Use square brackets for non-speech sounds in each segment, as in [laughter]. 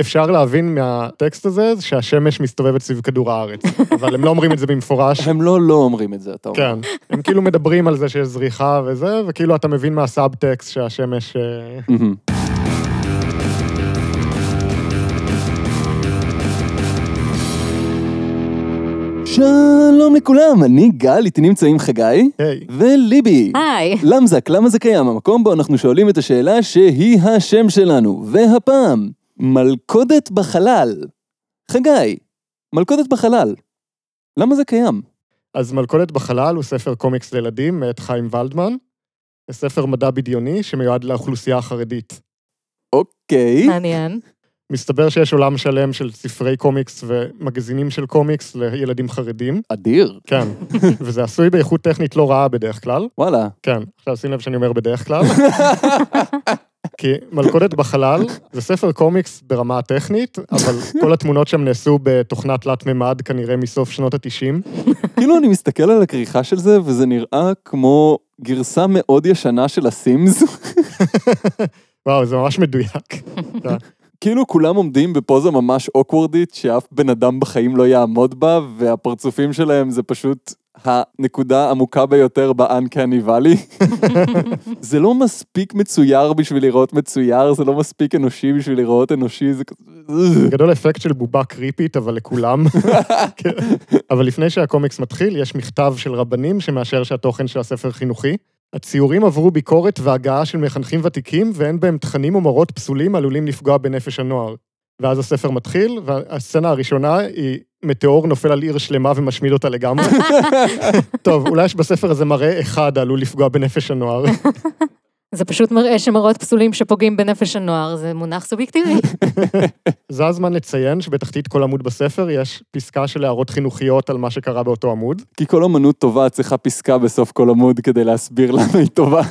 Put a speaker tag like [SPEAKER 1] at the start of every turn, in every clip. [SPEAKER 1] אפשר להבין מהטקסט הזה שהשמש מסתובבת סביב כדור הארץ, [laughs] אבל הם לא אומרים את זה
[SPEAKER 2] [laughs]
[SPEAKER 1] במפורש.
[SPEAKER 2] הם לא לא אומרים את זה, אתה אומר.
[SPEAKER 1] כן, הם כאילו מדברים על זה שיש זריחה וזה, וכאילו אתה מבין מהסאבטקסט שהשמש... אה,
[SPEAKER 2] מהמם. שלום לכולם, אני גל, איתי נמצאים חגי
[SPEAKER 1] היי,
[SPEAKER 2] וליבי.
[SPEAKER 3] היי.
[SPEAKER 2] למזק, למה זה קיים? המקום בו אנחנו שואלים את השאלה שהיא השם שלנו. והפעם, מלכודת בחלל. חגי, מלכודת בחלל. למה זה קיים?
[SPEAKER 1] אז מלכודת בחלל הוא ספר קומיקס לילדים מאת חיים ולדמן. זה ספר מדע בדיוני שמיועד לאוכלוסייה החרדית.
[SPEAKER 2] אוקיי.
[SPEAKER 3] מעניין.
[SPEAKER 1] מסתבר שיש עולם שלם של ספרי קומיקס ומגזינים של קומיקס לילדים חרדים.
[SPEAKER 2] אדיר.
[SPEAKER 1] כן, וזה עשוי באיכות טכנית לא רעה בדרך כלל.
[SPEAKER 2] וואלה. [laughs]
[SPEAKER 1] כן, עכשיו שים לב שאני אומר בדרך כלל. כי מלכודת בחלל זה ספר קומיקס ברמה הטכנית, אבל כל התמונות שם נעשו בתוכנה תלת-ממד כנראה מסוף שנות ה-90.
[SPEAKER 2] כאילו אני מסתכל על הכריכה של זה, וזה נראה כמו גרסה מאוד ישנה של הסימס.
[SPEAKER 1] וואו, זה ממש מדויק. כן.
[SPEAKER 2] כאילו כולם עומדים בפוזה ממש אוקוורדית, שאף בן אדם בחיים לא יעמוד בה, והפרצופים שלהם זה פשוט הנקודה העמוקה ביותר ב-uncanny valley. זה לא מספיק מצויר בשביל לראות מצויר, זה לא מספיק אנושי בשביל לראות אנושי, זה כזה...
[SPEAKER 1] גדול אפקט של בובה קריפית, אבל לכולם. כן. אבל לפני שהקומיקס מתחיל, יש מכתב של רבנים שמאשר שהתוכן של הספר חינוכי. הציורים עברו ביקורת והגעה של מחנכים ותיקים, ואין בהם תכנים ומורות פסולים עלולים לפגוע בנפש הנוער. ואז הספר מתחיל, והסצנה הראשונה היא מטאור נופל על עיר שלמה ומשמיד אותה לגמרי. טוב, אולי יש בספר הזה מראה אחד העלול לפגוע בנפש הנוער.
[SPEAKER 3] זה פשוט מראה שמראות פסולים שפוגעים בנפש הנוער, זה מונח סובייקטיבי.
[SPEAKER 1] זה הזמן לציין שבתחתית כל עמוד בספר יש פסקה של הערות חינוכיות על מה שקרה באותו עמוד.
[SPEAKER 2] כי כל אמנות טובה צריכה פסקה בסוף כל עמוד כדי להסביר למה היא טובה.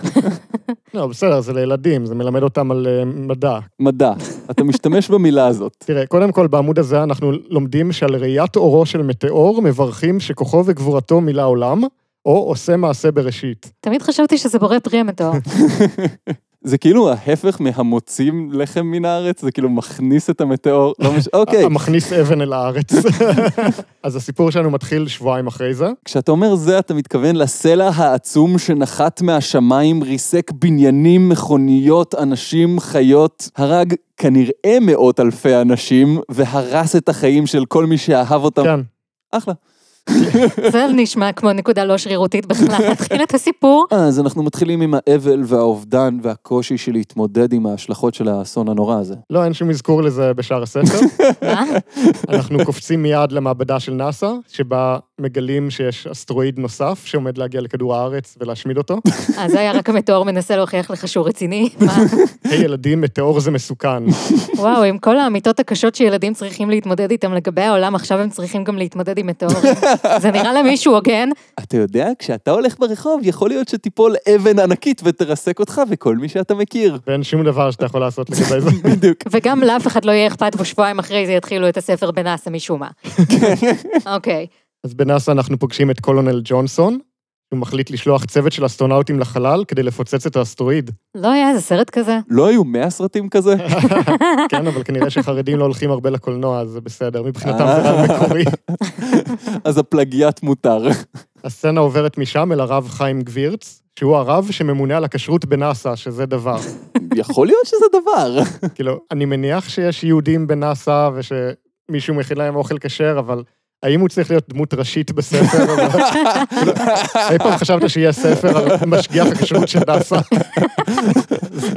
[SPEAKER 1] לא, בסדר, זה לילדים, זה מלמד אותם על אה, מדע.
[SPEAKER 2] מדע, אתה משתמש במילה הזאת.
[SPEAKER 1] תראה, קודם כל, בעמוד הזה אנחנו לומדים שעל ראיית אורו של מטאור מברכים שכוחו וגבורתו מילא עולם, או עושה מעשה בראשית.
[SPEAKER 3] תמיד חשבתי שזה בורא פרי המתואר.
[SPEAKER 2] זה כאילו ההפך מהמוצאים לחם מן הארץ, זה כאילו מכניס את המטאור, לא מש... אוקיי.
[SPEAKER 1] המכניס אבן אל הארץ. [laughs] אז הסיפור שלנו מתחיל שבועיים אחרי זה.
[SPEAKER 2] כשאתה אומר זה, אתה מתכוון לסלע העצום שנחת מהשמיים, ריסק בניינים, מכוניות, אנשים, חיות, הרג כנראה מאות אלפי אנשים, והרס את החיים של כל מי שאהב אותם.
[SPEAKER 1] כן.
[SPEAKER 2] אחלה.
[SPEAKER 3] זה נשמע כמו נקודה לא שרירותית בכלל. להתחיל את הסיפור,
[SPEAKER 2] אה, אז אנחנו מתחילים עם האבל והאובדן והקושי של להתמודד עם ההשלכות של האסון הנורא הזה.
[SPEAKER 1] לא, אין שום אזכור לזה בשאר הספר. [laughs]
[SPEAKER 3] מה?
[SPEAKER 1] אנחנו קופצים מיד למעבדה של נאסא, שבה מגלים שיש אסטרואיד נוסף שעומד להגיע לכדור הארץ ולהשמיד אותו.
[SPEAKER 3] אה, זה היה רק המתואר מנסה להוכיח לך שהוא רציני? מה?
[SPEAKER 1] היי, ילדים, מטאור זה מסוכן.
[SPEAKER 3] וואו, עם כל האמיתות הקשות שילדים צריכים להתמודד איתם לגבי העולם, עכשיו הם צריכים גם להתמודד עם מטאורים. זה נראה למישהו הוגן?
[SPEAKER 2] אתה יודע, כשאתה הולך ברחוב, יכול להיות שתיפול אבן ענקית ותרסק אותך וכל מי שאתה מכיר.
[SPEAKER 1] ואין שום דבר שאתה יכול לעשות לגבי זה.
[SPEAKER 2] בדיוק.
[SPEAKER 3] וגם לאף אחד לא יהיה אכפת ושבועיים אחרי זה יתחילו את הספר בנאסא משום מה. אוקיי.
[SPEAKER 1] אז בנאסא אנחנו פוגשים את קולונל ג'ונסון, הוא מחליט לשלוח צוות של אסטרונאוטים לחלל כדי לפוצץ את האסטרואיד.
[SPEAKER 3] לא היה איזה סרט כזה?
[SPEAKER 2] לא היו 100 סרטים כזה?
[SPEAKER 1] כן, אבל כנראה שחרדים לא הולכים הרבה לקולנוע, אז זה בסדר, מבחינתם זה רעיון מקורי.
[SPEAKER 2] אז הפלגיאט מותר.
[SPEAKER 1] הסצנה עוברת משם אל הרב חיים גבירץ, שהוא הרב שממונה על הכשרות בנאסא, שזה דבר.
[SPEAKER 2] יכול להיות שזה דבר.
[SPEAKER 1] כאילו, אני מניח שיש יהודים בנאסא ושמישהו מכין להם אוכל כשר, אבל... האם הוא צריך להיות דמות ראשית בספר? כאילו, אי פעם חשבת שיהיה ספר על משגיח הכשרות של נאסא? אז-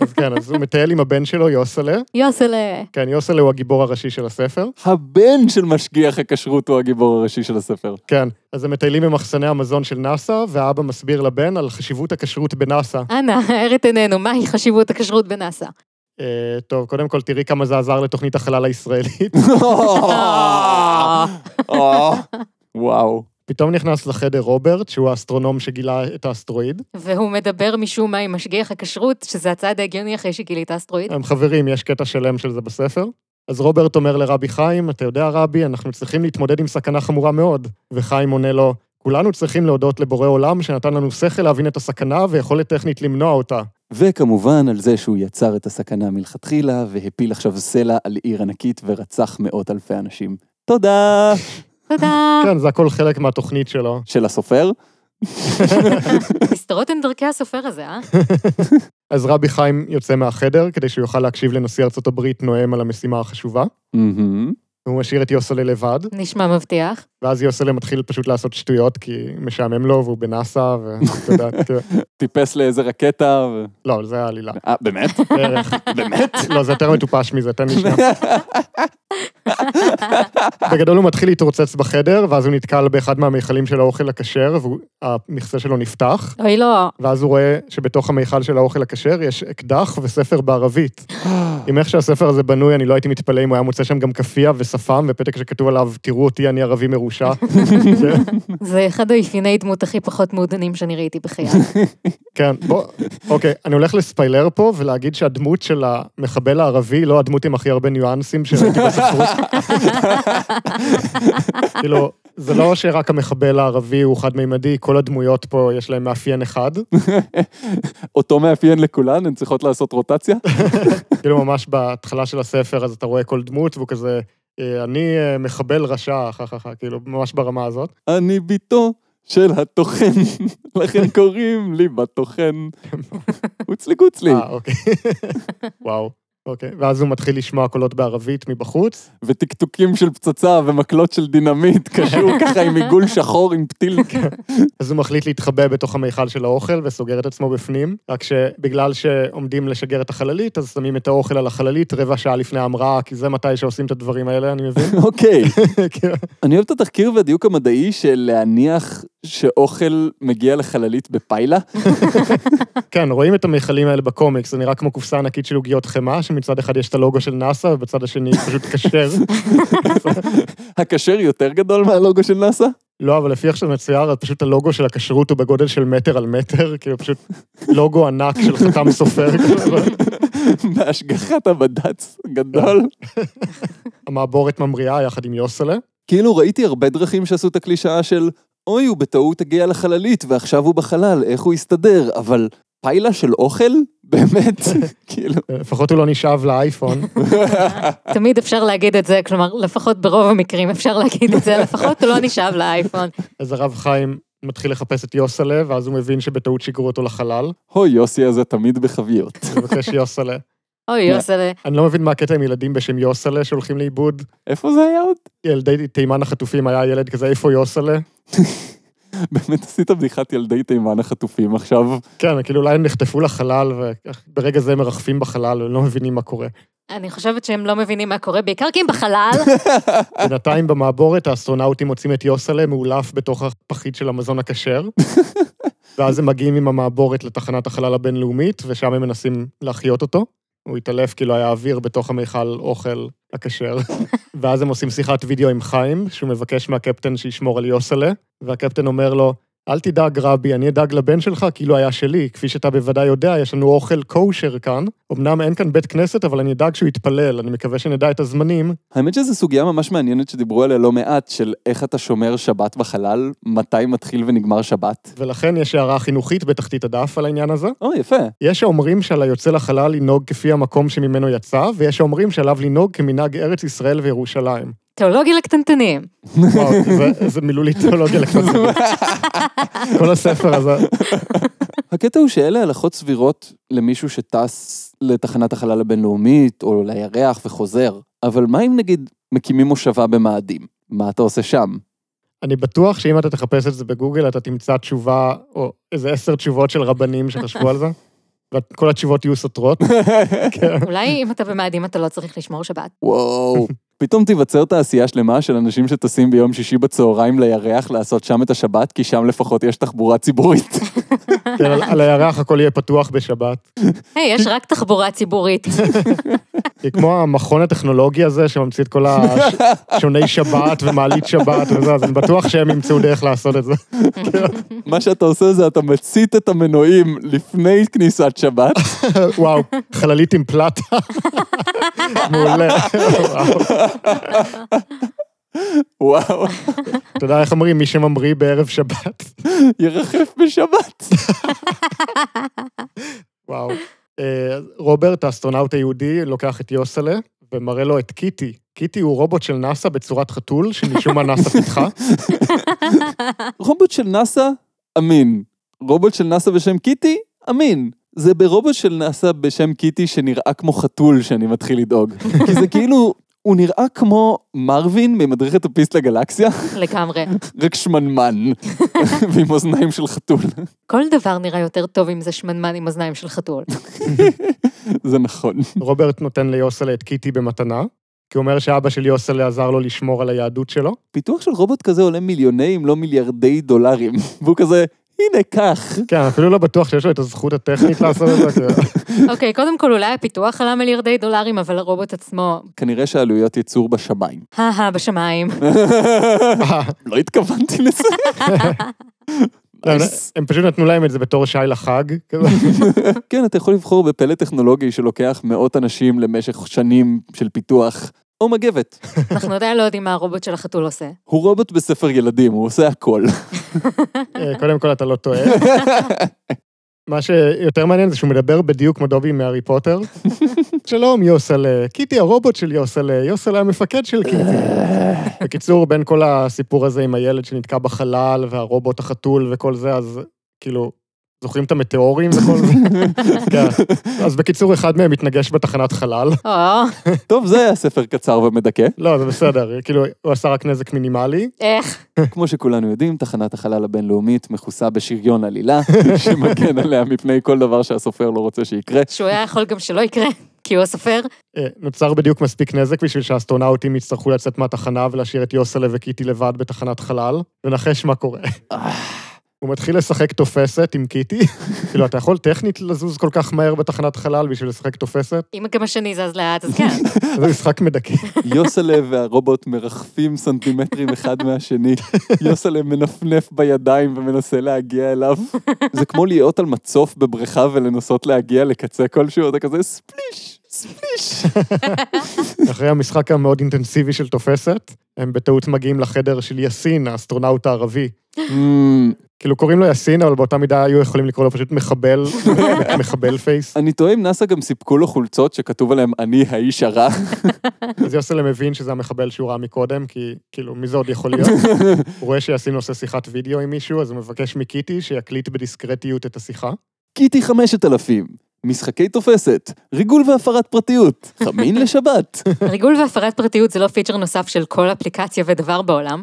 [SPEAKER 1] אז כן, אז הוא מטייל עם הבן שלו, יוסלה.
[SPEAKER 3] יוסלה.
[SPEAKER 1] כן, יוסלה הוא הגיבור הראשי של הספר.
[SPEAKER 2] הבן של משגיח הכשרות הוא הגיבור הראשי של הספר.
[SPEAKER 1] כן, אז הם מטיילים במחסני המזון של נאסא, והאבא מסביר לבן על חשיבות הכשרות בנאסא.
[SPEAKER 3] אנא, האר את עינינו, מהי חשיבות הכשרות בנאסא?
[SPEAKER 1] אה, טוב, קודם כל תראי כמה זה עזר לתוכנית החלל הישראלית.
[SPEAKER 2] אה. וואו.
[SPEAKER 1] פתאום נכנס לחדר רוברט, שהוא האסטרונום שגילה את האסטרואיד.
[SPEAKER 3] והוא מדבר משום מה עם משגיח הכשרות, שזה הצעד ההגיוני אחרי שגילית אסטרואיד.
[SPEAKER 1] הם חברים, יש קטע שלם של זה בספר. אז רוברט אומר לרבי חיים, אתה יודע, רבי, אנחנו צריכים להתמודד עם סכנה חמורה מאוד. וחיים עונה לו, כולנו צריכים להודות לבורא עולם שנתן לנו שכל להבין את הסכנה ויכולת טכנית למנוע אותה.
[SPEAKER 2] וכמובן על זה שהוא יצר את הסכנה מלכתחילה, והפיל עכשיו סלע על עיר ענקית ורצח מאות אלפי אנשים. תודה!
[SPEAKER 3] תודה.
[SPEAKER 1] כן, זה הכל חלק מהתוכנית שלו.
[SPEAKER 2] של הסופר?
[SPEAKER 3] נסתרות הן דרכי הסופר הזה, אה?
[SPEAKER 1] אז רבי חיים יוצא מהחדר כדי שהוא יוכל להקשיב לנשיא ארצות הברית נואם על המשימה החשובה.
[SPEAKER 2] מהמם.
[SPEAKER 1] והוא משאיר את יוסלה לבד,
[SPEAKER 3] נשמע מבטיח.
[SPEAKER 1] ואז יוסלה מתחיל פשוט לעשות שטויות, כי משעמם לו והוא בנאסא, ואתה יודע, כאילו,
[SPEAKER 2] טיפס לאיזה רקטה ו...
[SPEAKER 1] לא, זה העלילה.
[SPEAKER 2] אה, באמת?
[SPEAKER 1] בערך.
[SPEAKER 2] באמת?
[SPEAKER 1] לא, זה יותר מטופש מזה, תן לי שנייה. בגדול הוא מתחיל להתרוצץ בחדר, ואז הוא נתקל באחד מהמיכלים של האוכל הכשר, והמכסה שלו נפתח,
[SPEAKER 3] אוי לא,
[SPEAKER 1] ואז הוא רואה שבתוך המיכל של האוכל הכשר יש אקדח וספר בערבית. עם איך שהספר הזה בנוי, אני לא הייתי מתפלא אם הוא היה מוצא שם גם כאפיה ושפם ופתק שכתוב עליו, תראו אותי, אני ערבי מרושע.
[SPEAKER 3] זה אחד האפייני דמות הכי פחות מעודנים שאני ראיתי בחיי.
[SPEAKER 1] כן, בוא, אוקיי, אני הולך לספיילר פה ולהגיד שהדמות של המחבל הערבי היא לא הדמות עם הכי הרבה ניואנסים שראיתי בספרות. כאילו, זה לא שרק המחבל הערבי הוא חד-מימדי, כל הדמויות פה יש להם מאפיין אחד.
[SPEAKER 2] אותו מאפיין לכולן, הן צריכות לעשות רוטציה?
[SPEAKER 1] כאילו, ממש בהתחלה של הספר, אז אתה רואה כל דמות, והוא כזה, אה, אני אה, מחבל רשע, חה חה חה, כאילו, ממש ברמה הזאת.
[SPEAKER 2] אני ביתו של הטוחן, לכן קוראים לי בטוחן. אוצלי גוצלי.
[SPEAKER 1] אה, אוקיי. [laughs] וואו. אוקיי, ואז הוא מתחיל לשמוע קולות בערבית מבחוץ.
[SPEAKER 2] וטקטוקים של פצצה ומקלות של דינמיט, [laughs] קשור ככה עם עיגול שחור עם פתיל.
[SPEAKER 1] אז הוא מחליט להתחבא בתוך המיכל של האוכל וסוגר את עצמו בפנים, רק שבגלל שעומדים לשגר את החללית, אז שמים את האוכל על החללית רבע שעה לפני ההמראה, כי זה מתי שעושים את הדברים האלה, אני מבין.
[SPEAKER 2] [laughs] אוקיי,
[SPEAKER 1] כן.
[SPEAKER 2] אני אוהב את התחקיר והדיוק המדעי של להניח שאוכל מגיע לחללית בפיילה.
[SPEAKER 1] כן, רואים את המיכלים האלה בקומיקס, זה נראה כמו קופסה ענקית של עוגיות חמאה, שמצד אחד יש את הלוגו של נאסא, ובצד השני פשוט כשר.
[SPEAKER 2] הכשר יותר גדול מהלוגו של נאסא? [laughs]
[SPEAKER 1] לא, אבל לפי איך שזה מצויר, אז פשוט הלוגו של הכשרות הוא בגודל של מטר על מטר, כאילו פשוט לוגו ענק של חתם סופר.
[SPEAKER 2] בהשגחת הבד"ץ גדול.
[SPEAKER 1] המעבורת ממריאה יחד עם יוסלה.
[SPEAKER 2] כאילו ראיתי הרבה דרכים שעשו את הקלישאה של אוי, הוא בטעות הגיע לחללית ועכשיו הוא בחלל, איך הוא יסתדר? אבל פיילה של אוכל? [laughs] באמת, כאילו,
[SPEAKER 1] לפחות הוא לא נשאב לאייפון.
[SPEAKER 3] תמיד אפשר להגיד את זה, כלומר, לפחות ברוב המקרים אפשר להגיד את זה, לפחות הוא לא נשאב לאייפון.
[SPEAKER 1] אז הרב חיים מתחיל לחפש את יוסלה, ואז הוא מבין שבטעות שיגרו אותו לחלל.
[SPEAKER 2] אוי, יוסי הזה תמיד בחביות.
[SPEAKER 1] הוא מבקש יוסלה.
[SPEAKER 3] אוי יוסלה,
[SPEAKER 1] [laughs] אני לא מבין מה הקטע עם ילדים בשם יוסלה שהולכים לאיבוד.
[SPEAKER 2] איפה זה היה עוד?
[SPEAKER 1] ילדי תימן החטופים היה ילד כזה, איפה יוסלה?
[SPEAKER 2] באמת עשית בדיחת ילדי תימן החטופים עכשיו.
[SPEAKER 1] כן, כאילו אולי הם נחטפו לחלל, וברגע זה הם מרחפים בחלל ולא מבינים מה קורה.
[SPEAKER 3] אני חושבת שהם לא מבינים מה קורה, בעיקר כי הם בחלל.
[SPEAKER 1] בינתיים במעבורת האסטרונאוטים מוצאים את יוסלה מאולף בתוך הפחית של המזון הכשר. ואז הם מגיעים עם המעבורת לתחנת החלל הבינלאומית, ושם הם מנסים להחיות אותו. הוא התעלף כי לא היה אוויר בתוך המיכל אוכל הכשר. ואז הם עושים שיחת וידאו עם חיים, שהוא מבקש מהקפטן שישמור על יוסלה, והקפטן אומר לו, אל תדאג, רבי, אני אדאג לבן שלך כאילו היה שלי. כפי שאתה בוודאי יודע, יש לנו אוכל קושר כאן. אמנם אין כאן בית כנסת, אבל אני אדאג שהוא יתפלל. אני מקווה שנדע את הזמנים,
[SPEAKER 2] האמת שזו סוגיה ממש מעניינת שדיברו עליה לא מעט, של איך אתה שומר שבת בחלל, מתי מתחיל ונגמר שבת.
[SPEAKER 1] ולכן יש הערה חינוכית בתחתית הדף על העניין הזה.
[SPEAKER 2] או, יפה.
[SPEAKER 1] יש האומרים שעל היוצא לחלל לנהוג כפי המקום שממנו יצא, ויש האומרים שעליו לנהוג כמנהג ארץ ישראל וירושלים.
[SPEAKER 3] תיאולוגיה לקטנטנים.
[SPEAKER 1] וואו, זה- זה מילולי תיאולוגיה
[SPEAKER 2] [laughs]
[SPEAKER 1] לקטנים. כל הספר הזה.
[SPEAKER 2] הקטע הוא שאלה הלכות סבירות למישהו שטס לתחנת החלל הבינלאומית, או לירח וחוזר. אבל מה אם נגיד מקימים מושבה במאדים? מה אתה עושה שם?
[SPEAKER 1] אני בטוח שאם אתה תחפש את זה בגוגל, אתה תמצא תשובה, או איזה עשר תשובות של רבנים שחשבו על זה, וכל התשובות יהיו סותרות. כן.
[SPEAKER 3] אולי אם אתה במאדים אתה לא צריך לשמור שבת.
[SPEAKER 2] וואו. [laughs] פתאום תיווצר תעשייה שלמה של אנשים שטסים ביום שישי בצהריים לירח לעשות שם את השבת, כי שם לפחות יש תחבורה ציבורית. [laughs]
[SPEAKER 1] כן, על- על הירח הכל יהיה פתוח בשבת.
[SPEAKER 3] היי, יש רק תחבורה ציבורית.
[SPEAKER 1] זה כמו המכון הטכנולוגי הזה שממציא את כל השוני שבת ומעלית שבת וזה, אז אני בטוח שהם ימצאו דרך לעשות את זה.
[SPEAKER 2] מה שאתה עושה זה אתה מצית את המנועים לפני כניסת שבת,
[SPEAKER 1] וואו, חללית עם פלטה. מעולה. וואו.
[SPEAKER 2] וואו,
[SPEAKER 1] אתה יודע איך אומרים, מי שממריא בערב שבת.
[SPEAKER 2] ירחף בשבת.
[SPEAKER 1] וואו. אה, רוברט, האסטרונאוט היהודי, לוקח את יוסלה ומראה לו את קיטי. קיטי הוא רובוט של נאסא בצורת חתול, שמשום מה נאסא פיתחה.
[SPEAKER 2] רובוט של נאסא, אמין. רובוט של נאסא בשם קיטי, אמין. זה ברובוט של נאסא בשם קיטי שנראה כמו חתול שאני מתחיל לדאוג. כי זה כאילו, הוא נראה כמו מרווין ממדריכת הפיסט לגלקסיה,
[SPEAKER 3] לגמרי.
[SPEAKER 2] רק שמנמן. ועם אוזניים של חתול.
[SPEAKER 3] כל דבר נראה יותר טוב אם זה שמנמן עם אוזניים של חתול.
[SPEAKER 2] זה נכון.
[SPEAKER 1] רוברט נותן ליוסלה את קיטי במתנה, כי הוא אומר שאבא של יוסלה עזר לו לשמור על היהדות שלו.
[SPEAKER 2] פיתוח של רובוט כזה עולה מיליוני אם לא מיליארדי דולרים. והוא כזה, הנה, קח.
[SPEAKER 1] כן, אפילו לא בטוח שיש לו את הזכות הטכנית לעשות את זה. כן. כי-
[SPEAKER 3] אוקיי, קודם כל אולי הפיתוח עלה מיליארדי דולרים, אבל הרובוט עצמו,
[SPEAKER 2] כנראה שעלויות ייצור בשמיים.
[SPEAKER 3] הא בשמיים.
[SPEAKER 1] אה,
[SPEAKER 2] [laughs] לא התכוונתי לזה.
[SPEAKER 1] הם-
[SPEAKER 2] Nice.
[SPEAKER 1] הם פשוט נתנו להם את זה בתור שי לחג. כאילו. כזה.
[SPEAKER 2] כן, אתה יכול לבחור בפלט טכנולוגי שלוקח מאות אנשים למשך שנים של פיתוח, או מגבת.
[SPEAKER 3] אנחנו עדיין לא יודעים מה הרובוט של החתול עושה.
[SPEAKER 2] הוא רובוט בספר ילדים, הוא עושה הכל. [laughs]
[SPEAKER 1] אה, קודם כל, אתה לא טועה. מה שיותר מעניין זה שהוא מדבר בדיוק כמו דובי מהארי פוטר. שלום, יוסלה. קיטי הרובוט של יוסלה. יוסלה המפקד של קיטי. בקיצור, בין כל הסיפור הזה עם הילד שנתקע בחלל, והרובוט החתול וכל זה, אז כאילו, זוכרים את המטאורים וכל
[SPEAKER 2] [laughs]
[SPEAKER 1] זה? כן. אז בקיצור, אחד מהם מתנגש בתחנת חלל.
[SPEAKER 3] או,
[SPEAKER 2] טוב, זה היה ספר קצר ומדכא.
[SPEAKER 1] לא, זה בסדר, כאילו, הוא עשה רק נזק מינימלי.
[SPEAKER 3] איך.
[SPEAKER 2] כמו שכולנו יודעים, תחנת החלל הבינלאומית מכוסה בשריון עלילה, [laughs] שמגן עליה מפני כל דבר שהסופר לא רוצה שיקרה.
[SPEAKER 3] שהוא היה יכול גם שלא יקרה, כי הוא הסופר.
[SPEAKER 1] אה, נוצר בדיוק מספיק נזק בשביל שהאסטרונאוטים יצטרכו לצאת מהתחנה ולהשאיר את יוסלה וקיטי לבד בתחנת חלל, ונחש מה קורה. הוא מתחיל לשחק תופסת עם קיטי. כאילו, אתה יכול טכנית לזוז כל כך מהר בתחנת חלל בשביל לשחק תופסת?
[SPEAKER 3] אם גם השני זז לאט, אז כן.
[SPEAKER 1] זה משחק מדכא.
[SPEAKER 2] יוסלה והרובוט מרחפים סנטימטרים אחד מהשני. יוסלה מנפנף בידיים ומנסה להגיע אליו. זה כמו להיות על מצוף בבריכה ולנסות להגיע לקצה כלשהו, אתה כזה ספליש, ספליש.
[SPEAKER 1] אחרי המשחק המאוד אינטנסיבי של תופסת, הם בטעות מגיעים לחדר של יאסין, האסטרונאוט הערבי.
[SPEAKER 2] Hmm,
[SPEAKER 1] כאילו, קוראים לו יאסין, אבל באותה מידה היו יכולים לקרוא לו פשוט מחבל, מחבל פייס.
[SPEAKER 2] אני תוהה אם נאסא גם סיפקו לו חולצות שכתוב עליהן אני האיש הרע.
[SPEAKER 1] אז יוסלה מבין שזה המחבל שהוא ראה מקודם, כי כאילו, מי זה עוד יכול להיות? הוא רואה שיאסין עושה שיחת וידאו עם מישהו, אז הוא מבקש מקיטי שיקליט בדיסקרטיות את השיחה.
[SPEAKER 2] קיטי 5000, משחקי תופסת, ריגול והפרת פרטיות, חמין לשבת.
[SPEAKER 3] ריגול והפרת פרטיות זה לא פיצ'ר נוסף של כל אפליקציה ודבר בעולם.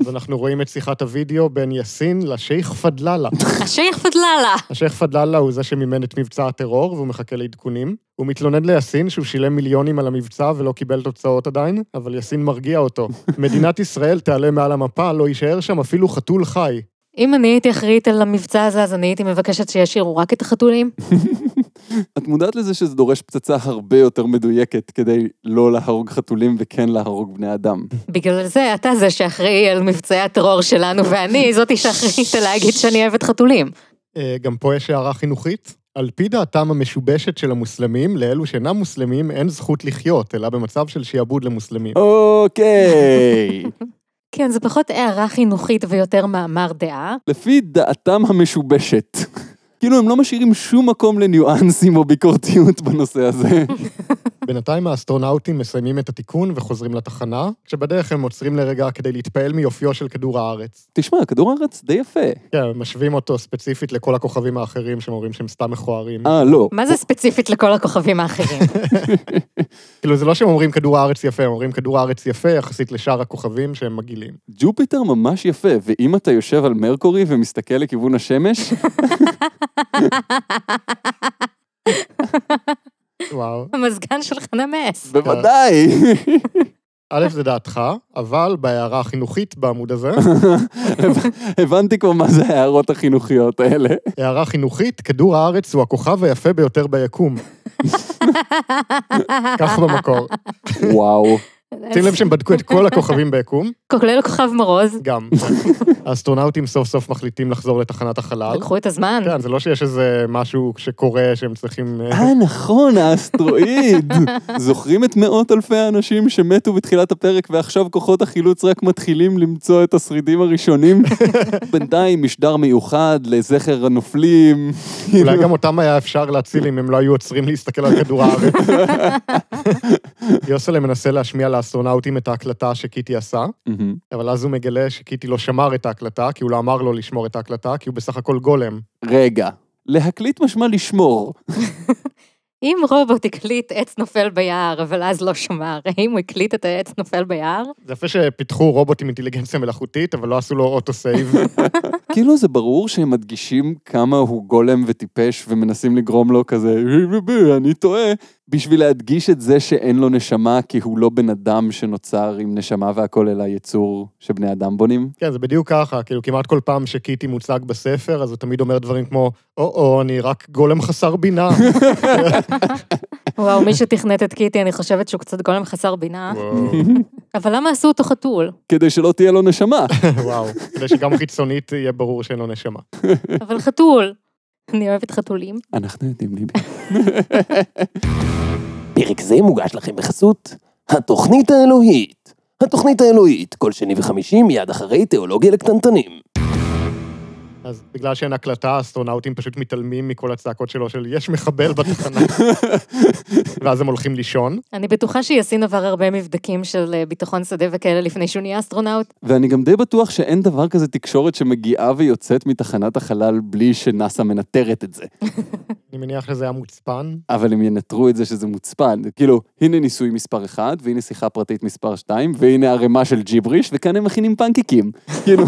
[SPEAKER 1] אז אנחנו רואים את שיחת הוידאו בין יאסין לשייח פדללה.
[SPEAKER 3] השייח פדללה.
[SPEAKER 1] השייח פדללה הוא זה שמימן את מבצע הטרור, והוא מחכה לעדכונים. הוא מתלונן ליאסין שהוא שילם מיליונים על המבצע ולא קיבל תוצאות עדיין, אבל יאסין מרגיע אותו. מדינת ישראל תעלה מעל המפה, לא יישאר שם אפילו חתול חי.
[SPEAKER 3] אם אני הייתי אחראית על המבצע הזה, אז אני הייתי מבקשת שישאירו רק את החתולים.
[SPEAKER 2] את מודעת לזה שזה דורש פצצה הרבה יותר מדויקת כדי לא להרוג חתולים וכן להרוג בני אדם.
[SPEAKER 3] בגלל זה אתה זה שאחראי על מבצעי הטרור שלנו, ואני זאתי שאחראית על להגיד שאני אוהבת חתולים.
[SPEAKER 1] אה, גם פה יש הערה חינוכית. על פי דעתם המשובשת של המוסלמים, לאלו שאינם מוסלמים אין זכות לחיות, אלא במצב של שיעבוד
[SPEAKER 2] [laughs]
[SPEAKER 1] למוסלמים.
[SPEAKER 2] אוקיי.
[SPEAKER 3] כן, זה פחות הערה חינוכית ויותר מאמר דעה.
[SPEAKER 2] לפי דעתם המשובשת. כאילו, הם לא משאירים שום מקום לניואנסים או ביקורתיות בנושא הזה.
[SPEAKER 1] בינתיים האסטרונאוטים מסיימים את התיקון וחוזרים לתחנה, כשבדרך הם עוצרים לרגע כדי להתפעל מיופיו של כדור הארץ.
[SPEAKER 2] תשמע, כדור הארץ די יפה.
[SPEAKER 1] כן, הם משווים אותו ספציפית לכל הכוכבים האחרים, שהם אומרים שהם סתם מכוערים.
[SPEAKER 2] אה, לא.
[SPEAKER 3] מה זה ספציפית לכל הכוכבים האחרים?
[SPEAKER 1] כאילו, זה לא שהם אומרים כדור הארץ יפה, הם אומרים כדור הארץ יפה יחסית לשאר הכוכבים שהם מגעילים.
[SPEAKER 2] ג'ופיטר ממש יפה, ואם אתה יושב על מרקורי ומסתכל לכיוון השמש,
[SPEAKER 1] וואו.
[SPEAKER 3] [laughs] המזגן שלך נמס.
[SPEAKER 2] בוודאי.
[SPEAKER 1] א', זה דעתך, אבל בהערה החינוכית בעמוד הזה,
[SPEAKER 2] הבנתי כבר מה זה ההערות החינוכיות האלה.
[SPEAKER 1] הערה חינוכית, כדור הארץ הוא הכוכב היפה ביותר ביקום. כך במקור.
[SPEAKER 2] וואו.
[SPEAKER 1] שים לב שהם בדקו את כל הכוכבים ביקום,
[SPEAKER 3] כולל כוכב מרוז,
[SPEAKER 1] גם. האסטרונאוטים סוף סוף מחליטים לחזור לתחנת החלל.
[SPEAKER 3] לקחו את הזמן.
[SPEAKER 1] כן, זה לא שיש איזה משהו שקורה שהם צריכים... אה,
[SPEAKER 2] אה, נכון, האסטרואיד. זוכרים את מאות אלפי האנשים שמתו בתחילת הפרק ועכשיו כוחות החילוץ רק מתחילים למצוא את השרידים הראשונים? בינתיים משדר מיוחד לזכר הנופלים.
[SPEAKER 1] אולי גם אותם היה אפשר להציל אם הם לא היו עוצרים להסתכל על כדור הארץ. יוסלה מנסה להשמיע לאסטרונאוטים את ההקלטה שקיטי עשה,
[SPEAKER 2] מהמם.
[SPEAKER 1] אבל אז הוא מגלה שקיטי לא שמר את ההקלטה, כי הוא לא אמר לו לשמור את ההקלטה, כי הוא בסך הכל גולם.
[SPEAKER 2] רגע, להקליט משמע לשמור.
[SPEAKER 3] אם רובוט הקליט עץ נופל ביער, אבל אז לא שמר, האם הוא הקליט את העץ נופל ביער?
[SPEAKER 1] זה יפה שפיתחו רובוט עם אינטליגנציה מלאכותית, אבל לא עשו לו אוטו-סייב.
[SPEAKER 2] כאילו זה ברור שהם מדגישים כמה הוא גולם וטיפש ומנסים לגרום לו כזה, אני טועה, בשביל להדגיש את זה שאין לו נשמה, כי הוא לא בן אדם שנוצר עם נשמה והכל, אלא יצור שבני אדם בונים.
[SPEAKER 1] כן, זה בדיוק ככה, כאילו כמעט כל פעם שקיטי מוצג בספר, אז הוא תמיד אומר דברים כמו, או-או, אני רק גולם חסר בינה.
[SPEAKER 3] וואו, מי שתכנת את קיטי, אני חושבת שהוא קצת גולם חסר בינה.
[SPEAKER 1] וואו.
[SPEAKER 3] אבל למה עשו אותו חתול?
[SPEAKER 2] כדי שלא תהיה לו נשמה.
[SPEAKER 1] וואו, כדי שגם חיצונית יהיה ברור שאין לו נשמה.
[SPEAKER 3] אבל חתול. אני אוהבת חתולים.
[SPEAKER 2] אנחנו יודעים, ליבי.
[SPEAKER 4] פרק זה מוגש לכם בחסות התוכנית האלוהית. התוכנית האלוהית, כל שני וחמישי מיד אחרי תיאולוגיה לקטנטנים.
[SPEAKER 1] אז בגלל שאין הקלטה, האסטרונאוטים פשוט מתעלמים מכל הצעקות שלו של יש מחבל בתחנה. ואז הם הולכים לישון.
[SPEAKER 3] אני בטוחה שיאסין עבר הרבה מבדקים של אה, ביטחון שדה וכאלה לפני שהוא נהיה אסטרונאוט.
[SPEAKER 2] ואני גם די בטוח שאין דבר כזה תקשורת שמגיעה ויוצאת מתחנת החלל בלי שנאסא מנטרת את זה.
[SPEAKER 1] אני מניח שזה היה מוצפן.
[SPEAKER 2] אבל הם ינטרו את זה שזה מוצפן. זה כאילו, הנה ניסוי מספר 1, והנה שיחה פרטית מספר 2, והנה ערימה של ג'יבריש, וכאן הם מכינים פנקקים. כאילו,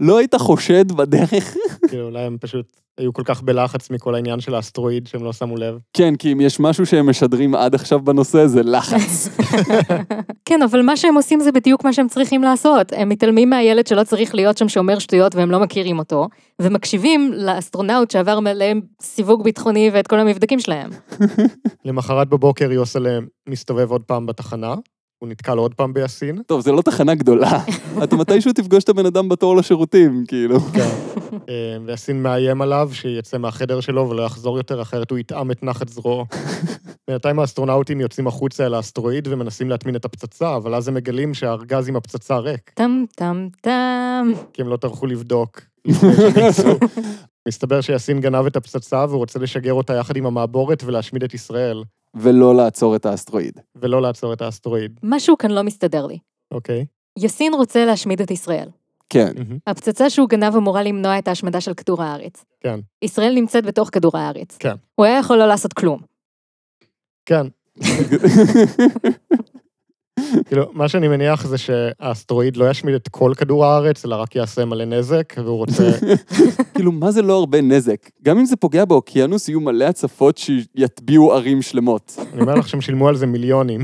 [SPEAKER 2] לא היית חושד בדרך?
[SPEAKER 1] כאילו, אולי הם פשוט היו כל כך בלחץ מכל העניין של האסטרואיד שהם לא שמו לב.
[SPEAKER 2] כן, כי אם יש משהו שהם משדרים עד עכשיו בנושא, זה לחץ.
[SPEAKER 3] כן, אבל מה שהם עושים זה בדיוק מה שהם צריכים לעשות. הם מתעלמים מהילד שלא צריך להיות שם שאומר שטויות והם לא מכירים אותו, ומקשיבים לאסטרונאוט שעבר מלא סיווג ביטחוני ואת כל המבדקים שלהם.
[SPEAKER 1] למחרת בבוקר יוסלה מסתובב עוד פעם בתחנה, הוא נתקע לו עוד פעם ביאסין.
[SPEAKER 2] טוב, זה לא תחנה גדולה. אתה מתישהו תפגוש את הבן אדם בתור לשירותים, כאילו.
[SPEAKER 1] אה, ויאסין מאיים עליו שיצא מהחדר שלו ולא יחזור יותר, אחרת הוא יטעם את נחת זרועו. בינתיים האסטרונאוטים יוצאים החוצה אל האסטרואיד ומנסים להטמין את הפצצה, אבל אז הם מגלים שהארגז עם הפצצה ריק,
[SPEAKER 3] טם טם טם.
[SPEAKER 1] כי הם לא טרחו לבדוק. לפני שהם יצאו. מסתבר שיאסין גנב את הפצצה והוא רוצה לשגר אותה יחד עם המעבורת ולהשמיד את ישראל,
[SPEAKER 2] ולא לעצור את האסטרואיד.
[SPEAKER 1] ולא לעצור את האסטרואיד,
[SPEAKER 3] משהו כאן לא מסתדר לי.
[SPEAKER 1] אוקיי?
[SPEAKER 3] יאסין רוצה להשמיד את ישראל.
[SPEAKER 2] כן.
[SPEAKER 1] מהמם.
[SPEAKER 3] הפצצה שהוא גנב אמורה למנוע את ההשמדה של כדור הארץ.
[SPEAKER 1] כן.
[SPEAKER 3] ישראל נמצאת בתוך כדור הארץ.
[SPEAKER 1] כן.
[SPEAKER 3] הוא היה יכול לא לעשות כלום.
[SPEAKER 1] כן. כאילו, מה שאני מניח זה שהאסטרואיד לא ישמיד את כל כדור הארץ, אלא רק יעשה מלא נזק, והוא רוצה...
[SPEAKER 2] כאילו, מה זה לא הרבה נזק? גם אם זה פוגע באוקיינוס, יהיו מלא הצפות שיטביעו ערים שלמות.
[SPEAKER 1] אני אומר לך שהם שילמו על זה מיליונים.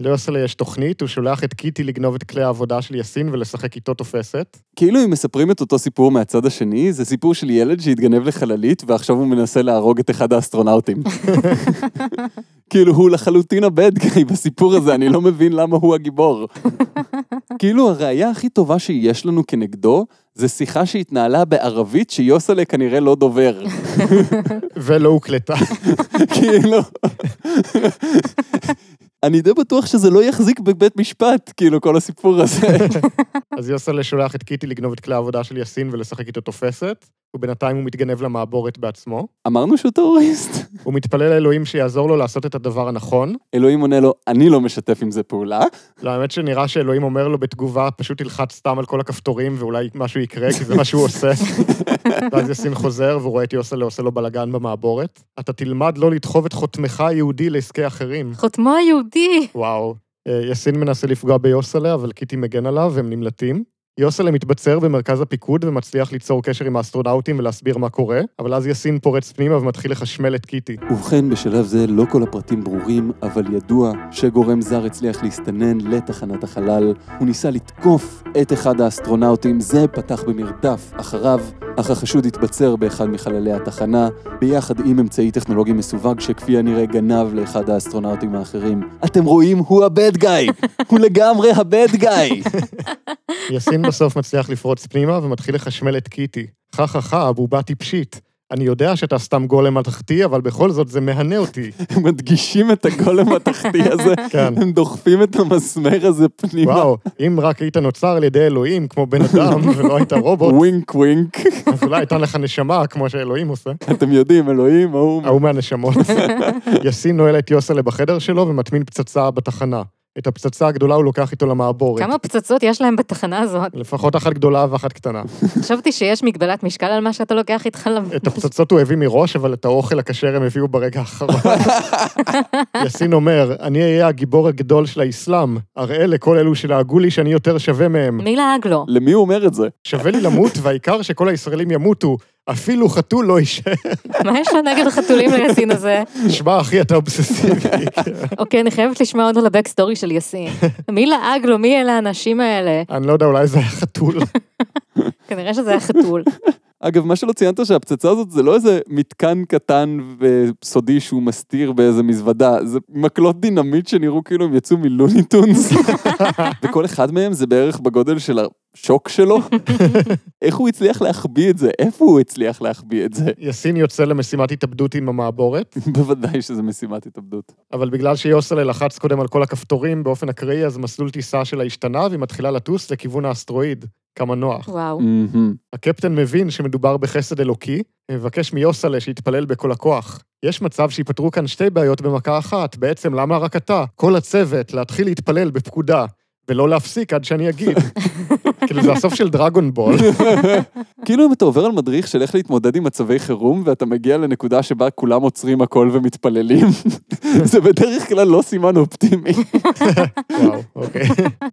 [SPEAKER 1] ליוסלה יש תוכנית, הוא שולח את קיטי לגנוב את כלי העבודה של יאסין ולשחק איתו תופסת.
[SPEAKER 2] כאילו אם מספרים את אותו סיפור מהצד השני, זה סיפור של ילד שהתגנב לחללית ועכשיו הוא מנסה להרוג את אחד האסטרונאוטים. כאילו הוא לחלוטין הבד גאי בסיפור הזה, אני לא מבין למה הוא הגיבור. כאילו הראייה הכי טובה שיש לנו כנגדו, זה שיחה שהתנהלה בערבית שיוסלה כנראה לא דובר.
[SPEAKER 1] ולא הוקלטה.
[SPEAKER 2] כאילו... אני די בטוח שזה לא יחזיק בבית משפט, כאילו, כל הסיפור הזה.
[SPEAKER 1] אז יוסלה שולח את קיטי לגנוב את כלי העבודה של יאסין ולשחק איתו תופסת, ובינתיים הוא מתגנב למעבורת בעצמו.
[SPEAKER 2] אמרנו שהוא טרוריסט.
[SPEAKER 1] הוא מתפלל לאלוהים שיעזור לו לעשות את הדבר הנכון.
[SPEAKER 2] אלוהים עונה לו, אני לא משתף עם זה פעולה.
[SPEAKER 1] לא, האמת שנראה שאלוהים אומר לו בתגובה, פשוט תלחץ סתם על כל הכפתורים ואולי משהו יקרה, כי זה מה שהוא עושה. ואז יאסין חוזר והוא רואה את יוסלה עושה לו בלאגן במעבורת. אתה תלמד לא לדחוב את חותמך היהודי לעסקי אחרים.
[SPEAKER 3] חותמו היהודי!
[SPEAKER 1] וואו. אה, יאסין מנסה לפגוע ביוסלה, אבל קיטי מגן עליו, והם נמלטים. יוסלה מתבצר במרכז הפיקוד ומצליח ליצור קשר עם האסטרונאוטים ולהסביר מה קורה, אבל אז יאסין פורץ פנימה ומתחיל לחשמל את קיטי.
[SPEAKER 2] ובכן, בשלב זה לא כל הפרטים ברורים, אבל ידוע שגורם זר הצליח להסתנן לתחנת החלל. הוא ניסה לתקוף את אחד האסטרונאוטים, זה פתח במרדף אחריו, אך החשוד התבצר באחד מחללי התחנה, ביחד עם אמצעי טכנולוגי מסווג שכפי הנראה גנב לאחד האסטרונאוטים האחרים. אתם רואים? הוא הבד גאי! הוא לגמרי הבד גאי!
[SPEAKER 1] יאסין בסוף מצליח לפרוץ פנימה ומתחיל לחשמל את קיטי. חה חה חה, הבובה טיפשית. אני יודע שאתה סתם גולם מתכתי, אבל בכל זאת זה מהנה אותי.
[SPEAKER 2] הם מדגישים את הגולם התחתי הזה, [laughs]
[SPEAKER 1] כן.
[SPEAKER 2] הם דוחפים את המסמר הזה פנימה.
[SPEAKER 1] וואו, אם רק היית נוצר על ידי אלוהים כמו בן אדם ולא היית רובוט,
[SPEAKER 2] ווינק ווינק.
[SPEAKER 1] אז אולי הייתה לך נשמה כמו שאלוהים עושה.
[SPEAKER 2] אתם יודעים, אלוהים, ההוא...
[SPEAKER 1] ההוא מהנשמות. יאסין נועל את יוסלה בחדר שלו ומטמין פצצה בתחנה. את הפצצה הגדולה הוא לוקח איתו למעבורת.
[SPEAKER 3] כמה פצצות יש להם בתחנה
[SPEAKER 1] [laughs]
[SPEAKER 3] הזאת?
[SPEAKER 1] לפחות אחת גדולה ואחת קטנה.
[SPEAKER 3] חשבתי שיש מגבלת משקל על מה שאתה לוקח איתך למ...
[SPEAKER 1] את
[SPEAKER 3] [laughs]
[SPEAKER 1] הפצצות הוא הביא מראש, אבל את האוכל הכשר הם הביאו ברגע האחרון. יאסין אומר, אני אהיה הגיבור הגדול של האסלאם, אראה לכל אלו שלעגו לי שאני יותר שווה מהם.
[SPEAKER 3] מי לעג לו?
[SPEAKER 2] למי הוא אומר את זה?
[SPEAKER 1] שווה לי למות, והעיקר שכל הישראלים ימותו, אפילו חתול לא יישאר.
[SPEAKER 3] מה יש לו נגד החתולים ליאסין הזה?
[SPEAKER 1] [laughs] שמע, אחי, אתה אובססיבי. [laughs]
[SPEAKER 3] אוקיי, אני חייבת לשמוע עוד על הבק סטורי של יאסין. מי לעג לו? מי אלה האנשים האלה?
[SPEAKER 1] אני לא יודע, אולי זה היה חתול. [laughs]
[SPEAKER 3] כנראה שזה היה חתול.
[SPEAKER 2] אגב, מה שלא ציינת שהפצצה הזאת זה לא איזה מתקן קטן וסודי שהוא מסתיר באיזה מזוודה, זה מקלות דינמיט שנראו כאילו הם יצאו מלוניטונס, וכל אחד מהם זה בערך בגודל של השוק שלו. איך הוא הצליח להחביא את זה? איפה הוא הצליח להחביא את זה? [laughs]
[SPEAKER 1] יאסין יוצא למשימת התאבדות עם המעבורת,
[SPEAKER 2] בוודאי שזה משימת התאבדות.
[SPEAKER 1] אבל בגלל שיוסלה לחץ קודם על כל הכפתורים באופן אקראי, אז מסלול טיסה שלה השתנה, והיא מתחילה לטוס לכיוון האסטרואיד. כמה נוח.
[SPEAKER 3] וואו.
[SPEAKER 2] מהמם.
[SPEAKER 1] הקפטן מבין שמדובר בחסד אלוקי, ומבקש מיוסלה שיתפלל בכל הכוח. יש מצב שייפתרו כאן שתי בעיות במכה אחת, בעצם למה רק אתה, כל הצוות, להתחיל להתפלל בפקודה, ולא להפסיק עד שאני אגיד. כאילו, זה הסוף של דרגון בול.
[SPEAKER 2] כאילו אם אתה עובר על מדריך של איך להתמודד עם מצבי חירום, ואתה מגיע לנקודה שבה כולם עוצרים הכל ומתפללים, [laughs] זה בדרך כלל לא סימן אופטימי.
[SPEAKER 1] וואו, אוקיי.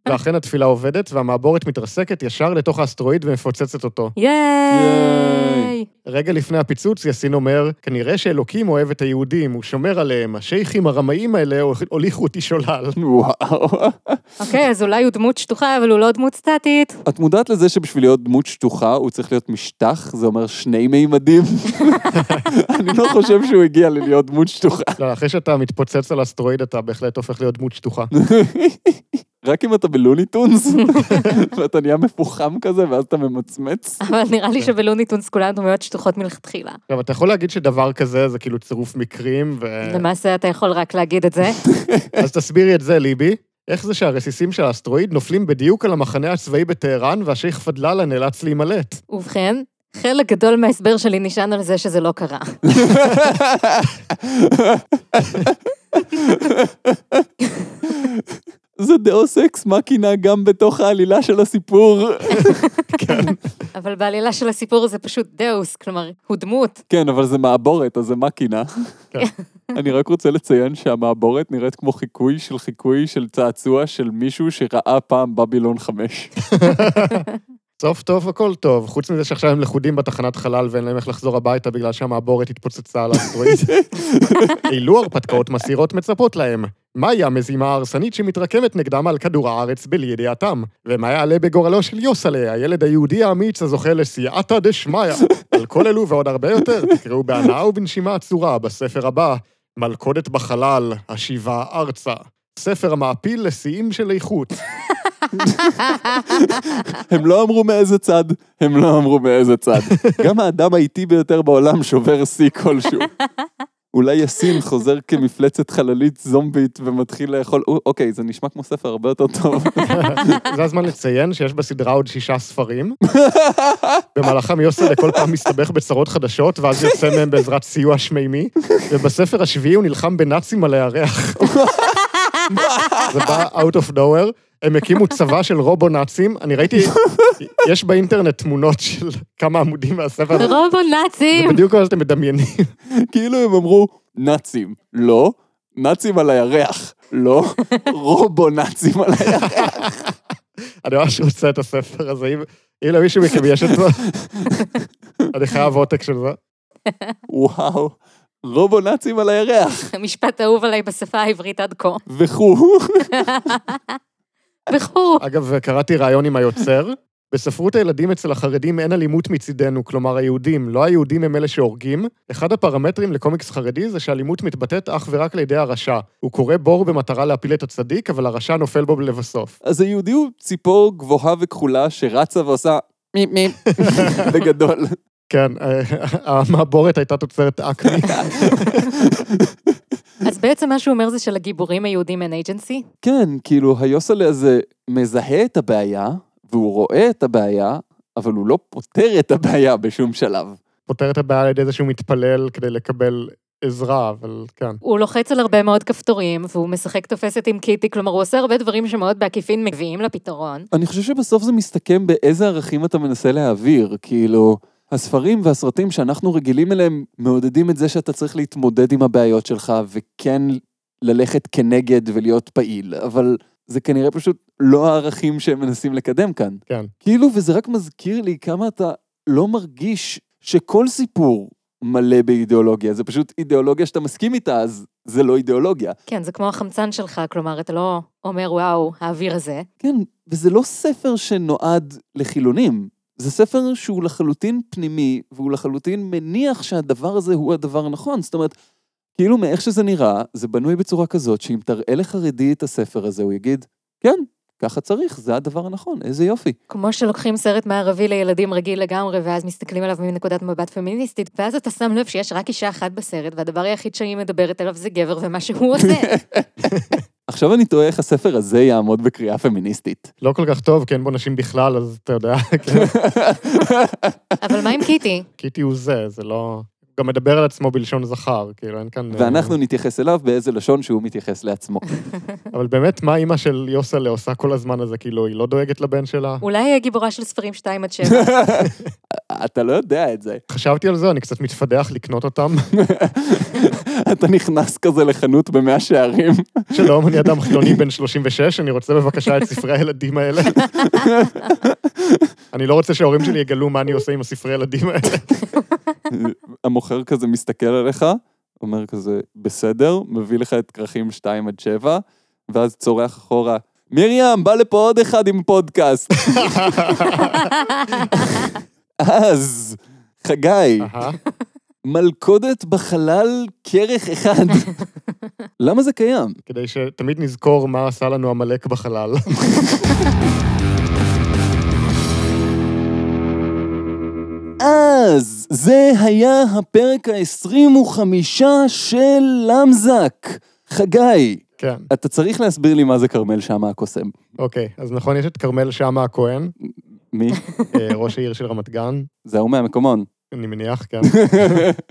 [SPEAKER 1] ואכן התפילה עובדת, והמעבורת מתרסקת ישר לתוך האסטרואיד ומפוצצת אותו.
[SPEAKER 3] ייי!
[SPEAKER 1] רגע לפני הפיצוץ, יאסין אומר, כנראה שאלוקים אוהב את היהודים, הוא שומר עליהם, השייחים הרמאים האלה הוליכו אותי שולל.
[SPEAKER 2] וואו.
[SPEAKER 3] אוקיי, אז אולי הוא דמות שטוחה, אבל הוא לא דמות
[SPEAKER 1] [laughs]
[SPEAKER 3] סטטית.
[SPEAKER 2] את מודעת לזה שבשביל להיות דמות שטוחה הוא צריך להיות משטח, זה אומר שני מימדים? [laughs] אני לא חושב שהוא הגיע ללהיות דמות שטוחה.
[SPEAKER 1] לא, אחרי שאתה מתפוצץ על אסטרואיד, אתה בהחלט הופך להיות דמות שטוחה.
[SPEAKER 2] רק אם אתה בלוניטונס, [laughs] ואתה נהיה מפוחם כזה, ואז אתה ממצמץ.
[SPEAKER 3] אבל נראה
[SPEAKER 1] כן.
[SPEAKER 3] לי שבלוניטונס כולן דמויות שטוחות מלכתחילה.
[SPEAKER 1] עכשיו, אתה יכול להגיד שדבר כזה זה כאילו צירוף מקרים, ו...
[SPEAKER 3] למעשה אתה יכול רק להגיד את
[SPEAKER 1] [laughs]
[SPEAKER 3] זה.
[SPEAKER 1] אז תסבירי את זה, ליבי. איך זה שהרסיסים של האסטרואיד נופלים בדיוק על המחנה הצבאי בטהרן, והשייח' פדלאלה נאלץ להימלט?
[SPEAKER 3] ובכן, חלק גדול מההסבר שלי נשען על זה שזה לא קרה.
[SPEAKER 2] זה דאוס אקס מקינה גם בתוך העלילה של הסיפור.
[SPEAKER 3] אבל בעלילה של הסיפור זה פשוט דאוס, כלומר, הוא דמות.
[SPEAKER 2] כן, אבל זה מעבורת, אז זה מקינה. אני רק רוצה לציין שהמעבורת נראית כמו חיקוי של חיקוי של צעצוע של מישהו שראה פעם בבילון 5.
[SPEAKER 1] סוף טוב, הכל טוב. חוץ מזה שעכשיו הם לכודים בתחנת חלל ואין להם איך לחזור הביתה בגלל שהמעבורת התפוצצה על האסטרואיד. אילו הרפתקאות מסעירות מצפות להם. מהי המזימה ההרסנית שמתרקמת נגדם על כדור הארץ בלי ידיעתם? ומה יעלה בגורלו של יוסלה, הילד היהודי האמיץ הזוכה לסייעתא דשמיא? על כל אלו ועוד הרבה יותר, תקראו בהנאה ובנשימה עצורה בספר הבא, מלכודת בחלל, השיבה ארצה. ספר המעפיל לשיאים של איכות.
[SPEAKER 2] הם לא אמרו מאיזה צד, הם לא אמרו מאיזה צד. גם האדם האיטי ביותר בעולם שובר שיא כלשהו. אולי יאסין חוזר כמפלצת חללית זומבית ומתחיל לאכול, "או, אוקיי, זה נשמע כמו ספר הרבה יותר טוב. [laughs]
[SPEAKER 1] זה הזמן לציין שיש בסדרה עוד שישה ספרים. במהלכם יוסלה כל פעם מסתבך בצרות חדשות, ואז יוצא מהם בעזרת סיוע שמימי, ובספר השביעי הוא נלחם בנאצים על הירח. זה בא out of nowhere. הם הקימו צבא של רובו-נאצים, אני ראיתי, יש באינטרנט תמונות של כמה עמודים מהספר, זה
[SPEAKER 3] רובו נאצים!
[SPEAKER 1] בדיוק מה שאתם מדמיינים.
[SPEAKER 2] כאילו הם אמרו, נאצים, לא, נאצים על הירח, לא, רובו נאצים על הירח.
[SPEAKER 1] אני ממש רוצה את הספר הזה, אם- אם למישהו מכם יש אותו, אני חייב עותק של זה.
[SPEAKER 2] וואו, רובו נאצים על הירח,
[SPEAKER 3] המשפט האהוב עליי בשפה העברית עד כה.
[SPEAKER 2] וכו'.
[SPEAKER 3] וכו'.
[SPEAKER 1] אגב, קראתי ראיון עם היוצר. בספרות הילדים אצל החרדים אין אלימות מצידנו, כלומר היהודים, לא היהודים הם אלה שהורגים. אחד הפרמטרים לקומיקס חרדי זה שאלימות מתבטאת אך ורק על ידי הרשע. הוא כורה בור במטרה להפיל את הצדיק, אבל הרשע נופל בו לבסוף.
[SPEAKER 2] אז היהודי הוא ציפור גבוהה וכחולה שרצה ועושה מיפ מיפ, בגדול.
[SPEAKER 1] כן, אה, [laughs] המעבורת הייתה תוצרת אקמי.
[SPEAKER 3] אז בעצם מה שהוא אומר זה שלגיבורים היהודים אין אייג'נסי.
[SPEAKER 2] כן, כאילו היוסלה הזה מזהה את הבעיה, והוא רואה את הבעיה, אבל הוא לא פותר את הבעיה בשום שלב.
[SPEAKER 1] פותר את הבעיה על ידי זה שהוא מתפלל כדי לקבל עזרה, אבל כן.
[SPEAKER 3] הוא לוחץ על הרבה מאוד כפתורים, והוא משחק תופסת עם קיטי, כלומר הוא עושה הרבה דברים שמאוד בעקיפין מביאים לפתרון.
[SPEAKER 2] אני חושב שבסוף זה מסתכם באיזה ערכים אתה מנסה להעביר, כאילו... הספרים והסרטים שאנחנו רגילים אליהם מעודדים את זה שאתה צריך להתמודד עם הבעיות שלך וכן ללכת כנגד ולהיות פעיל, אבל זה כנראה פשוט לא הערכים שהם מנסים לקדם כאן.
[SPEAKER 1] כן.
[SPEAKER 2] כאילו, וזה רק מזכיר לי כמה אתה לא מרגיש שכל סיפור מלא באידיאולוגיה, זה פשוט אידיאולוגיה שאתה מסכים איתה, אז זה לא אידיאולוגיה.
[SPEAKER 3] כן, זה כמו החמצן שלך, כלומר אתה לא אומר וואו, האוויר הזה.
[SPEAKER 2] כן, וזה לא ספר שנועד לחילונים. זה ספר שהוא לחלוטין פנימי, והוא לחלוטין מניח שהדבר הזה הוא הדבר הנכון. זאת אומרת, כאילו מאיך שזה נראה, זה בנוי בצורה כזאת שאם תראה לחרדי את הספר הזה, הוא יגיד, כן, ככה צריך, זה הדבר הנכון, איזה יופי.
[SPEAKER 3] כמו שלוקחים סרט מערבי לילדים רגיל לגמרי, ואז מסתכלים עליו מנקודת מבט פמיניסטית, ואז אתה שם לב שיש רק אישה אחת בסרט, והדבר היחיד שהיא מדברת עליו זה גבר ומה שהוא עושה.
[SPEAKER 2] עכשיו אני תוהה איך הספר הזה יעמוד בקריאה פמיניסטית.
[SPEAKER 1] לא כל כך טוב, כי אין בו נשים בכלל, אז אתה יודע, [laughs] כן,
[SPEAKER 3] אבל מה עם קיטי?
[SPEAKER 1] קיטי הוא זה, זה לא... הוא גם מדבר על עצמו בלשון זכר, כאילו, אין כאן... אה,
[SPEAKER 2] ואנחנו נתייחס אליו באיזה לשון שהוא מתייחס לעצמו. [laughs]
[SPEAKER 1] אבל באמת, מה אימא של יוסלה עושה כל הזמן הזה? כאילו, היא לא דואגת לבן שלה?
[SPEAKER 3] אולי היא הגיבורה של ספרים 2 עד 7.
[SPEAKER 2] אתה לא יודע את זה.
[SPEAKER 1] חשבתי על זה, אני קצת מתפדח לקנות אותם.
[SPEAKER 2] אתה נכנס כזה לחנות במאה שערים,
[SPEAKER 1] שלום, אני אדם חילוני בן 36, אני רוצה בבקשה את ספרי הילדים האלה. אני לא רוצה שההורים שלי יגלו מה אני עושה עם הספרי ילדים האלה.
[SPEAKER 2] [laughs] המוכר כזה מסתכל עליך, אומר כזה, בסדר, מביא לך את כרכים 2 עד 7, ואז צורח אחורה, מרים, בא לפה עוד אחד עם פודקאסט. אז, חגי,
[SPEAKER 1] אהה.
[SPEAKER 2] מלכודת בחלל כרך אחד. למה זה קיים?
[SPEAKER 1] כדי שתמיד נזכור מה עשה לנו עמלק בחלל.
[SPEAKER 2] אז זה היה הפרק ה-25 של למזק. חגי,
[SPEAKER 1] כן,
[SPEAKER 2] אתה צריך להסביר לי מה זה כרמל שאמה הקוסם.
[SPEAKER 1] אוקיי. אז נכון, יש את כרמל שאמה הכהן,
[SPEAKER 2] מי?
[SPEAKER 1] אה, ראש העיר של רמת גן,
[SPEAKER 2] זה ההוא מהמקומון. [laughs]
[SPEAKER 1] אני מניח, כן.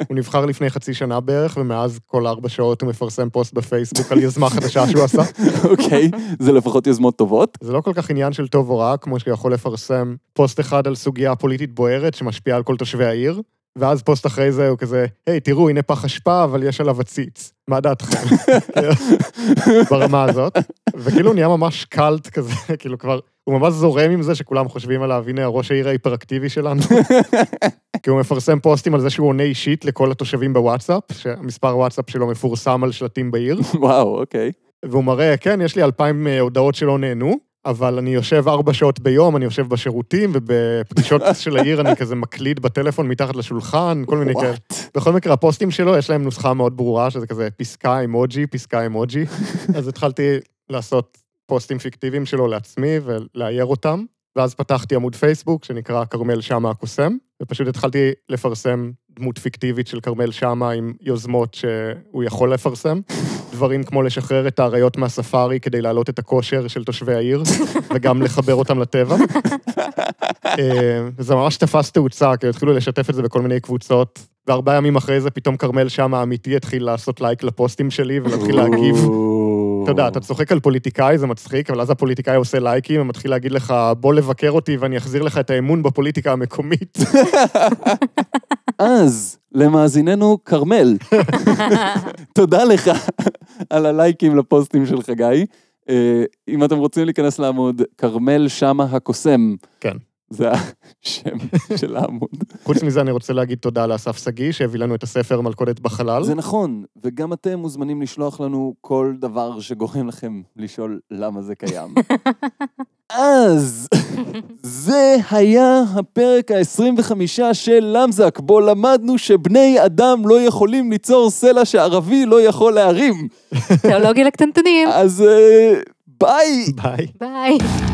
[SPEAKER 1] הוא נבחר לפני חצי שנה בערך, ומאז כל ארבע שעות הוא מפרסם פוסט בפייסבוק על יוזמה חדשה שהוא עשה.
[SPEAKER 2] אוקיי, זה לפחות יוזמות טובות. [laughs]
[SPEAKER 1] זה לא כל כך עניין של טוב או רע, כמו שיכול לפרסם פוסט אחד על סוגיה פוליטית בוערת שמשפיעה על כל תושבי העיר, ואז פוסט אחרי זה הוא כזה, היי, תראו, הנה פח אשפה, אבל יש עליו עציץ. מה דעתכם? [laughs] ברמה הזאת. וכאילו הוא נהיה ממש קאלט כזה, [laughs] כאילו כבר, הוא ממש זורם עם זה שכולם חושבים עליו, הנה ראש העיר ההיפראקטיבי שלנו. כי הוא מפרסם פוסטים על זה שהוא עונה אישית לכל התושבים בוואטסאפ, שמספר וואטסאפ שלו מפורסם על שלטים בעיר.
[SPEAKER 2] וואו, אוקיי.
[SPEAKER 1] והוא מראה, כן, יש לי אלפיים אה, הודעות שלא נענו, אבל אני יושב ארבע שעות ביום, אני יושב בשירותים, ובפגישות של העיר אני כזה מקליד בטלפון מתחת לשולחן, כל מיני כאלה.
[SPEAKER 2] וואט.
[SPEAKER 1] בכל מקרה, הפוסטים שלו, יש להם נוסחה מאוד ברורה, שזה כזה פסקה אמוג'י, פסקה אמוג'י. אז התחלתי לעשות פוסטים פיקטיביים שלו לעצמי ולאייר אותם, ואז פתחתי עמוד פייסבוק שנקרא כרמל שאמה הקוסם, ופשוט התחלתי לפרסם דמות פיקטיבית של כרמל שאמה עם יוזמות שהוא יכול לפרסם. דברים כמו לשחרר את האריות מהספארי כדי להעלות את הכושר של תושבי העיר, וגם לחבר אותם לטבע. אה, זה ממש תפס תאוצה, כי התחילו לשתף את זה בכל מיני קבוצות, וארבעה ימים אחרי זה פתאום כרמל שאמה האמיתי התחיל לעשות לייק לפוסטים שלי ולהתחיל להגיב. אתה יודע, אתה צוחק על פוליטיקאי, זה מצחיק, אבל אז הפוליטיקאי עושה לייקים ומתחיל להגיד לך, בוא לבקר אותי ואני אחזיר לך את האמון בפוליטיקה המקומית. [laughs]
[SPEAKER 2] אז, למאזיננו כרמל, תודה לך על הלייקים לפוסטים של חגי. אה, אם אתם רוצים להיכנס לעמוד, כרמל שמה הקוסם.
[SPEAKER 1] כן.
[SPEAKER 2] זה השם של העמוד.
[SPEAKER 1] חוץ מזה, אני רוצה להגיד תודה לאסף שגיא, שהביא לנו את הספר מלכודת בחלל.
[SPEAKER 2] זה נכון, וגם אתם מוזמנים לשלוח לנו כל דבר שגורם לכם לשאול למה זה קיים. אז, זה היה הפרק ה-25 של למזק, בו למדנו שבני אדם לא יכולים ליצור סלע שערבי לא יכול להרים.
[SPEAKER 3] תיאולוגיה לקטנטנים.
[SPEAKER 2] אז אה, ביי!
[SPEAKER 1] ביי.
[SPEAKER 3] ביי.